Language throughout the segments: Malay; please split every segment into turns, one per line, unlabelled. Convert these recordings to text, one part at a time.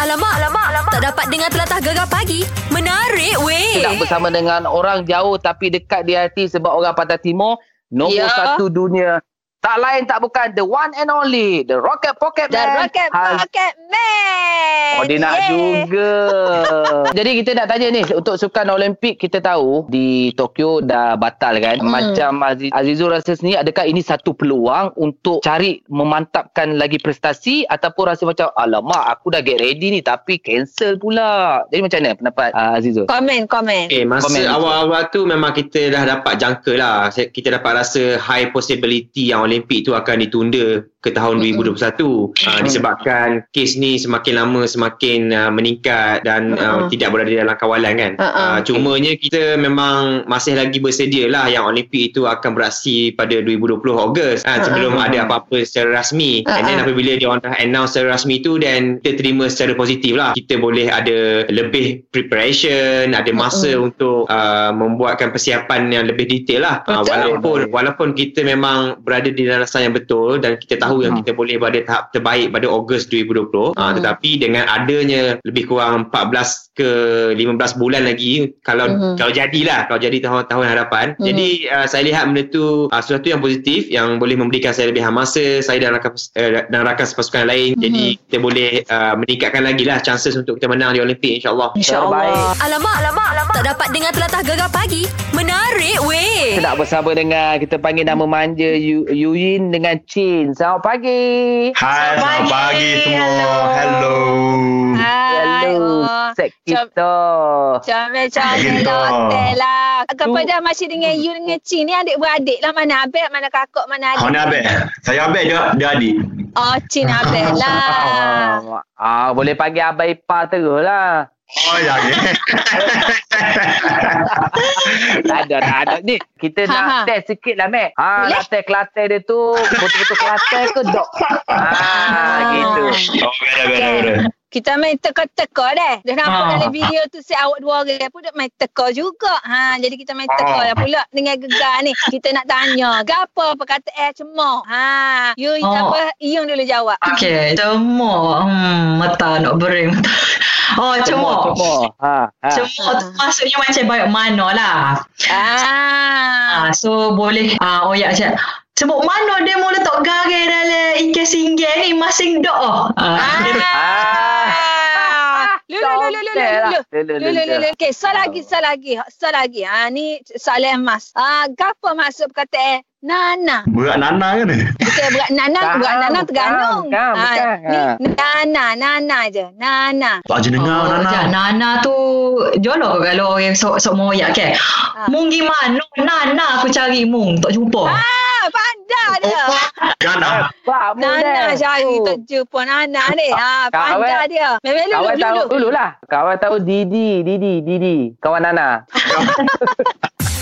alamak, alamak, alamak. Tak dapat dengar telatah gegar pagi. Menarik weh.
Eh?
Tidak bersama dengan orang jauh tapi dekat di hati sebab orang Pantai Timur nombor
Ya.
satu dunia. Tak lain tak bukan the one and only the Rocket Pocket
The
Man.
Rocket
Haz-
Pocket Man.
Oh dia nak
Yeay.
juga. Jadi kita nak tanya ni untuk sukan Olimpik kita tahu di Tokyo dah batal kan.
Hmm.
Macam Aziz, Azizul rasa sendiri adakah ini satu peluang untuk cari memantapkan lagi prestasi ataupun rasa macam alamak aku dah get ready ni tapi cancel pula. Jadi macam mana pendapat uh, Azizul?
Komen, komen.
Eh, masa
Komen.
awal-awal tu memang kita dah dapat jangka lah. Se- Kita dapat rasa high possibility yang Olimpik tu akan ditunda ke tahun 2021. Uh, disebabkan kes ni semakin lama semakin uh, meningkat dan uh,
Mm-mm. Ah,
tidak berada dalam kawalan kan.
Mm-mm.
Uh, cumanya kita memang masih lagi bersedia lah yang Olimpik itu akan beraksi pada 2020 Ogos. Uh, sebelum
Mm-mm.
ada apa-apa secara rasmi.
Ah,
And then
ah.
apabila dia orang dah announce secara rasmi tu then kita terima secara positif lah. Kita boleh ada lebih preparation, ada masa untuk uh, membuatkan persiapan yang lebih detail lah. Uh,
Betul.
walaupun walaupun kita memang berada di dalam rasa yang betul dan kita tahu yang
Mm.
kita boleh pada tahap terbaik pada Ogos 2020. Uh,
Mm.
tetapi dengan adanya lebih kurang 14 ke 15 bulan lagi kalau
Mhm.
kalau jadilah kalau jadi tahun-tahun hadapan
Mhm.
jadi uh, saya lihat benda tu uh, sesuatu yang positif yang boleh memberikan saya lebih hamasa saya dan rakan uh, dan rakan sepasukan lain
Mhm.
jadi kita boleh uh, meningkatkan lagi lah chances untuk kita menang di Olimpik insyaAllah
InsyaAllah.
Alamak, alamak, alamak. Tak dapat dengar telatah gegar pagi. Menarik weh.
Kita nak bersama dengan kita panggil nama manja Yu, Yuin dengan Chin. Selamat pagi.
Hai,
Selamat
selamat pagi
pagi,
semua.
hello.
Hello.
Hai.
Hello,
oh.
set
Jom.
kita.
Comel, comel,
Gitu.
lotel lah. Kepada
Tu-
masih dengan you dengan Cik ni adik-beradik lah. Mana abek, mana kakak, mana adik.
Kau nak abang? Saya abang dia, dia adik.
Oh, Cik nak abek lah.
Ah. ah, boleh panggil Abang Ipah terus lah.
Oh, ya ke?
Tak ada, tak ada. Ni, kita
Ha,
nak
ha.
test sikit lah, Mac. Ha,
Boleh?
nak test Kelantan dia tu. Betul-betul Kelantan ke, dok?
Ah.
Ah, gitu.
Oh, beda, beda, beda.
Kita main teka-teka deh. Dah nampak
Ah.
dalam video tu si awak dua orang pun duk main teka juga. Ha, jadi kita main teka
Ah.
lah pula dengan gegar ni. Kita nak tanya, gapo perkataan cemak? "Eh, Ha, you
Oh.
apa? Iyung dulu jawab.
Okey, cemok. Hmm, mata nak bering. Mata. Oh, cemok.
Cemok. Ha, ha.
Cemok tu maksudnya macam baik mana lah.
Ah.
Ah, so boleh ah oyak macam cemok mana dia mula letak garai dalam ikan singgah ni masing dok. oh. Ah.
Ah.
Ah. Lulu, lulu, lulu,
lah.
lulu.
Lulu,
Lulu, lulu. Okey, so lagi, so lagi. So lagi. Ha, ni soalan emas. Ah, gapo maksud perkataan Nana?
Berat Nana ke ni?
Bukan berat
Bukan,
nanang, berat nanang
bukan,
terganung.
bukan,
Ah,
bukan.
Ni nana, nana je. Nana.
Tak je dengar
Oh,
Nana.
jap, Nana tu jolo kalau orang sok sok moyak ke.
Ah.
Mung gimana? Nana aku cari mung tak jumpa.
Ah, pandai dia.
Nana.
Pak
Nana cari tak jumpa Nana ni. Ha, pandai
Kawan-
dia. Memang lulu
Kawan tahu
Eh, dulu.
dulu lah. Kawan tahu Didi, Didi, Didi. Kawan Nana.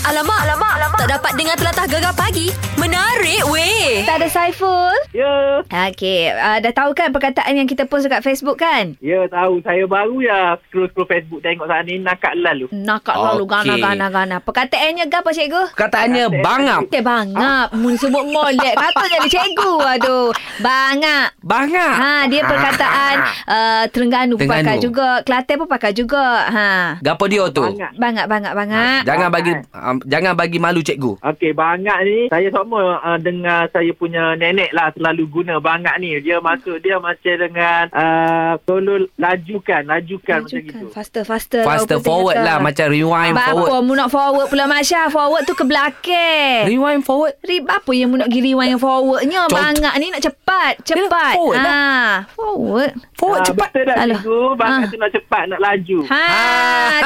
Alamak, alamak, alamak. Tak dapat dengar telatah gegar pagi. Menarik weh.
Tak ada Saiful?
Ya,
Okey, uh, dah tahu kan perkataan yang kita post dekat Facebook kan?
ya tahu. Saya baru ya scroll-scroll Facebook tengok sana ni nakat lalu.
Nakak lalu
Okey.
gana gana gana. Perkataannya gapo cikgu?
Kataannya bangap.
Kita bangap, mun sebut molek patut jadi cikgu. Aduh, bangap.
Bangap.
Ha, dia perkataan uh, Terengganu, pun
Terengganu.
pakai juga, Kelantan pun pakai juga. Ha. ah,
Gapo dia
Hmm.
tu?
Bangat.
Bangap bangap
Ah,
bangap.
Jangan bagi um, jangan bagi malu cikgu.
Okey, bangat ni saya sama uh, dengar saya punya nenek lah selalu guna bangat ni. Dia masuk dia macam dengan uh, tolong lajukan, lajukan macam gitu.
Faster faster.
Faster forward lah macam rewind forward.
Bapa mu nak forward pula Masya Forward tu ke belakang
Rewind forward.
Rib apa yang mu nak giri wang yang forwardnya
Contoh-
Bangak ni nak cepat Cepat
Yalah, forward
ha,
lah.
Forward
Forward
Ah,
cepat.
Betul tak
Alah.
cikgu? Bangat
Ah.
tu nak cepat, nak laju.
Ha,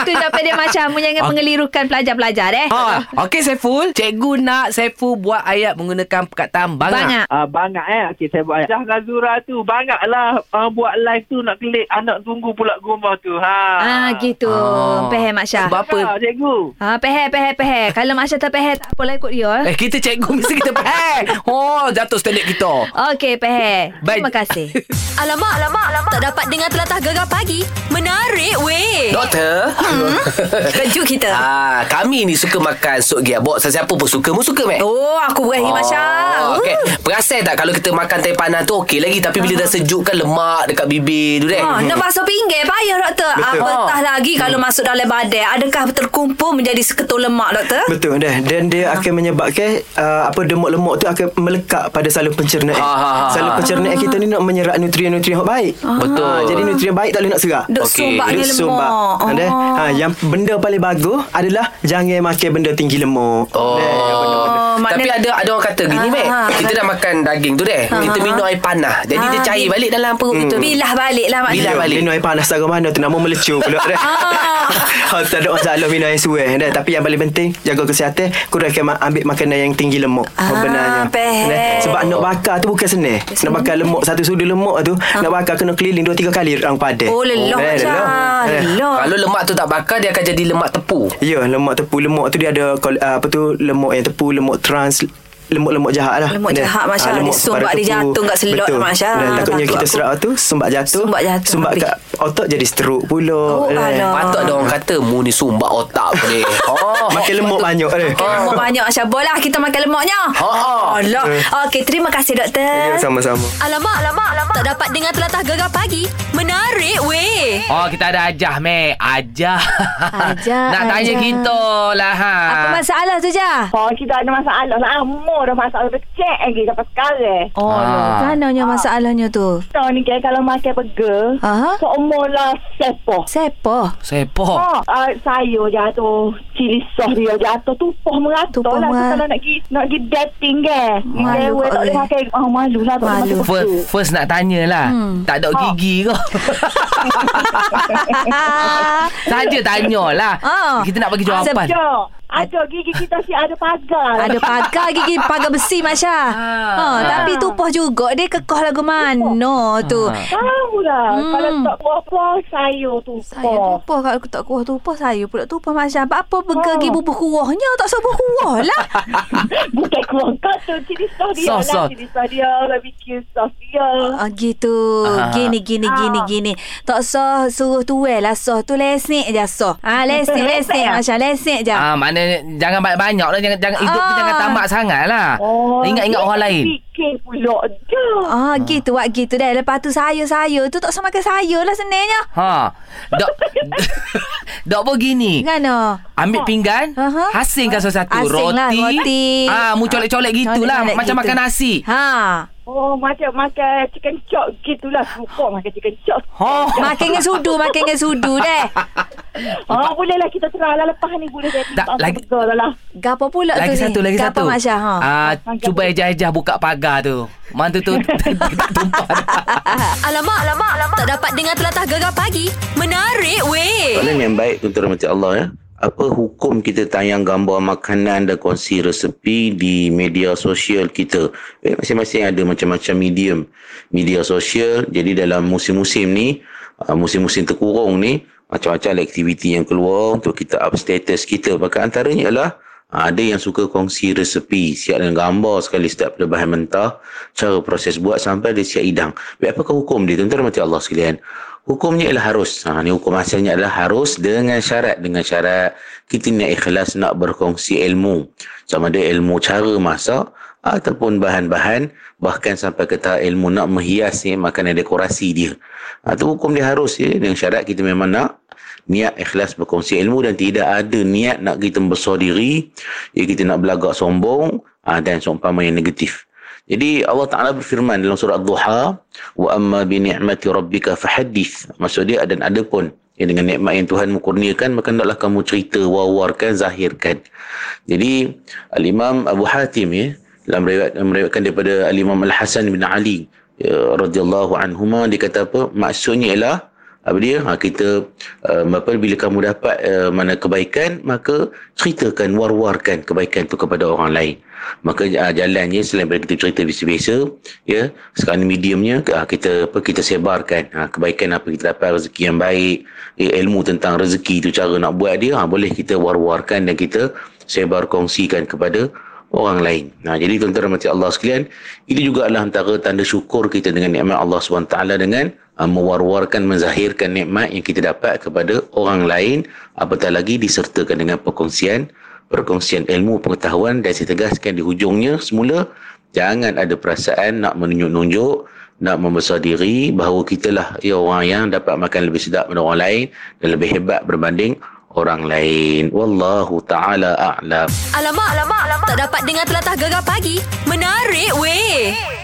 tu sampai dia macam mu jangan
Ah.
mengelirukan pelajar-pelajar eh.
Ha, okey Saiful, cikgu nak Saiful buat ayat menggunakan perkataan bangap.
Bangak.
Ah, bangat eh. Okey, saya buat. Dah Nazura tu, bangat lah uh, buat live tu nak kelik anak tunggu pula rumah tu. Ha.
Ah gitu.
Ah.
Pehe Mak Syah.
Sebab apa?
Ha, cikgu.
Ha, pehe, pehe, pehe. Kalau Mak Syah tak pehe, tak apalah ikut dia.
Eh
Eh.
kita cikgu mesti kita pack. Oh, jatuh standard kita.
Okey, pehe.
Baik.
Terima kasih.
Alamak, alamak, alamak. Tak dapat dengar telatah gegar pagi. Menarik weh.
Doktor,
Kejut kita.
Ah,
ah, kami ni suka
makan sup gearbox, sesiapa pun suka. Mu suka, Mac? Oh,
Oh, Hmm. aku bukan Himat
Oh,
Syah.
okay. Perasan tak kalau kita makan teh panas tu okey lagi tapi bila
Ah.
dah sejuk kan lemak dekat bibir tu dek.
Ha, nak basuh pinggir payah doktor.
Eh, Betul. Hmm.
Apatah lagi kalau masuk dalam badan. Adakah terkumpul menjadi seketul lemak doktor?
Betul dah. Dan dia akan menyebabkan uh, apa demuk-lemuk tu akan melekat pada saluran pencernaan.
Ha, ha, ha.
Saluran pencernaan kita ni nak menyerap nutrien-nutrien yang baik.
Betul.
Ha, jadi nutrien baik tak boleh nak serap.
Duk
Okey.
sumbaknya
Dia
lemak. Oh.
sumbak. Ada. Ha,
ya.
yang benda paling bagus adalah jangan makan benda tinggi lemak.
Eh,
Oh.
ya, maknanya-
Tapi ada ada orang kata gini,
Ah,
Mac.
ah.
Kita dah makan daging tu dek.
Ah,
Kita
ah.
minum air panas. Jadi dia
Ah,
cair
bi-
balik dalam perut kita tu.
Bilah balik Ah. lah
Bilah
maknanya.
balik.
Minum air panas tak mana tu nama melecur pula dah. ha, tak ada masalah minum air suai dah. Tapi yang paling penting jaga kesihatan kurangkan ma- ambil makanan yang tinggi lemak.
Ah, faham.
Dah. Sebab nak bakar tu bukan senang. Nak bakar lemak satu sudu lemak tu nak bakar kena keliling 2 3 kali orang Eh, padan.
Ah. Oh, lelah
Dah,
macam.
Dah.
Lelah.
Eh, Kalau lemak tu tak bakar dia akan jadi lemak tepu.
Ah.
Ya, lemak tepu lemak tu dia ada kol- ah, apa tu lemak yang tepu, lemak trans lemak-lemak jahat lah
Lemak
Dah.
jahat, Masya
Ah,
Allah.
lemak
Dia sumbat, dia
separuh tepu.
jatuh kat selot,
Betul.
Masya
Dan
Allah.
takutnya
Takut
kita
aku.
serap tu Sumbat jatuh
Sumbat jatuh,
Sumbat
habis.
kat otak jadi stroke pula Eh,
Oh,
Dah.
alah.
Patut ada orang kata mu ni sumbat otak pun ni. Oh.
Makan lemak banyak dah.
Makan lemak Oh, banyak Syabah lah Kita makan lemaknya
Ha, ha.
Alah Okey terima kasih
Ya,
doktor
Sama-sama
Alamak, alamak, alamak. Tak dapat dengar telatah gegar pagi. Menarik weh.
Oh, kita ada Ajah, Mac. Ajah.
Ajah,
Nak tanya
Ajah.
kita lah. Ha.
Ah.
Apa masalah tu Jah?
Oh, kita ada masalah. Lama dah masalah kecil lagi sampai sekarang. eh.
Oh, ah.
Ah.
kananya masalahnya tu.
Kita ni kan kalau makan burger,
Aha.
seumur lah sepoh.
Sepo.
Sepo.
Oh, uh, sayur jatuh, cili sos dia jatuh, tumpah merata
Tumpah
tumpah lah.
merata.
Tu Kalau nak pergi, nak pergi dating kan.
Malu
Dia
kot
tak boleh
weh.
pakai, oh, malu lah. Tak
Malu.
malu.
First, first nak tanya lah.
Hmm.
Tak ada gigi ke? Saja tanya lah.
Ah.
Kita nak bagi jawapan.
Ada, ada Ya, gigi kita si ada pagar.
Ada pagar gigi pagar besi Masya. Ha,
Ah.
tapi tumpah juga dia kekah lagu mana tu.
Ah.
Tahu lah.
Hmm.
Kalau tak buah-buah, sayur tumpah.
Saya tumpah kalau aku tak kuah tumpah saya pula tumpah Masya. Apa apa pergi bubuh kuahnya tak sabar kuah lah.
Bukan keluar kata, cili sos dia
Sos,
lah.
sos.
Cili sos dia lah, bikin sos dia.
Ah, gitu.
Ah.
Gini, gini, gini, gini. Tak sah suruh tuai lah sah. Tu lesnik je sah. Ah, lesnik, lesnik. Masya, lesnik je.
Ah, mana jangan banyak-banyak lah. Jangan, jangan, hidup tu
Ah. Oh.
jangan tamak sangat lah. Ingat-ingat orang lain.
Fikir pula je.
Ah, gitu buat gitu dah. Lepas tu sayur-sayur tu tak usah makan sayur lah sebenarnya.
Ha. Dok, dok pun gini.
Kan?
Ambil pinggan
Aha.
Asing kan satu
Asing
roti,
lah, roti.
Ah, mu colek-colek gitulah
Colek-colek
Macam
gitu.
makan nasi
Ha.
Oh, macam makan chicken chop gitulah. Suka makan chicken chop.
Oh.
Makan dengan sudu, makan dengan sudu deh.
Oh, bolehlah kita try lah. Lepas ni boleh jadi.
Tak, lagi-
Betul lah.
Gapo pula
Lagi
tu
satu
ni?
Lagi
Gapo
satu
Masya, ha.
Ah,
Makan
Cuba ejah-ejah Buka pagar tu Mantu tu Tak tumpah dah.
Alamak, alamak, alamak. Tak dapat dengar telatah gegar pagi. Menarik weh.
Soalan yang baik tu terima kasih Allah ya. Apa hukum kita tayang gambar makanan dan kongsi resepi di media sosial kita? Eh, masing-masing ada macam-macam medium. Media sosial, jadi dalam musim-musim ni, ah, musim-musim terkurung ni, macam-macam aktiviti yang keluar untuk kita up status kita. Maka antaranya ialah ah, ada yang suka kongsi resepi, siap dan gambar sekali setiap perlebahan mentah, cara proses buat sampai dia siap hidang. Baik, apakah hukum dia? Tuan-tuan mati Allah sekalian. Hukumnya ialah harus. Ha, ni hukum asalnya adalah harus dengan syarat. Dengan syarat kita nak ikhlas nak berkongsi ilmu. Sama ada ilmu cara masak ataupun bahan-bahan bahkan sampai ke tahap ilmu nak menghias eh, makanan dekorasi dia. Ha, tu hukum dia harus eh, dengan syarat kita memang nak niat ikhlas berkongsi ilmu dan tidak ada niat nak kita membesar diri, ya, kita nak belagak sombong ha, dan seumpama yang negatif. Jadi Allah Taala berfirman dalam surah Ad-Duha, "Wa amma bi ni'mati rabbika fahaddith." Maksud dia dan ada pun ya, dengan nikmat yang Tuhan kurniakan maka hendaklah kamu cerita, wawarkan, zahirkan. Jadi Al-Imam Abu Hatim ya dalam riwayat meriwayatkan daripada Al-Imam Al-Hasan bin Ali ya, radhiyallahu anhuma dia kata apa? Maksudnya ialah apa dia ha, kita uh, apa bila kamu dapat uh, mana kebaikan maka ceritakan war-warkan kebaikan tu kepada orang lain maka uh, jalannya selain daripada kita cerita biasa-biasa ya sekarang ni mediumnya uh, kita apa kita sebarkan uh, kebaikan apa kita dapat rezeki yang baik ya, ilmu tentang rezeki tu cara nak buat dia uh, boleh kita war-warkan dan kita sebar kongsikan kepada orang lain. Nah, jadi tuan-tuan dan Allah sekalian, ini juga adalah antara tanda syukur kita dengan nikmat Allah SWT dengan uh, mewar-warkan, menzahirkan nikmat yang kita dapat kepada orang lain, apatah lagi disertakan dengan perkongsian perkongsian ilmu pengetahuan dan saya tegaskan di hujungnya semula jangan ada perasaan nak menunjuk-nunjuk nak membesar diri bahawa kitalah ya orang yang dapat makan lebih sedap daripada orang lain dan lebih hebat berbanding orang lain wallahu taala a'lam
Alamak, alamak, alamak. Tak dapat dengar telatah gegar pagi. Menarik weh.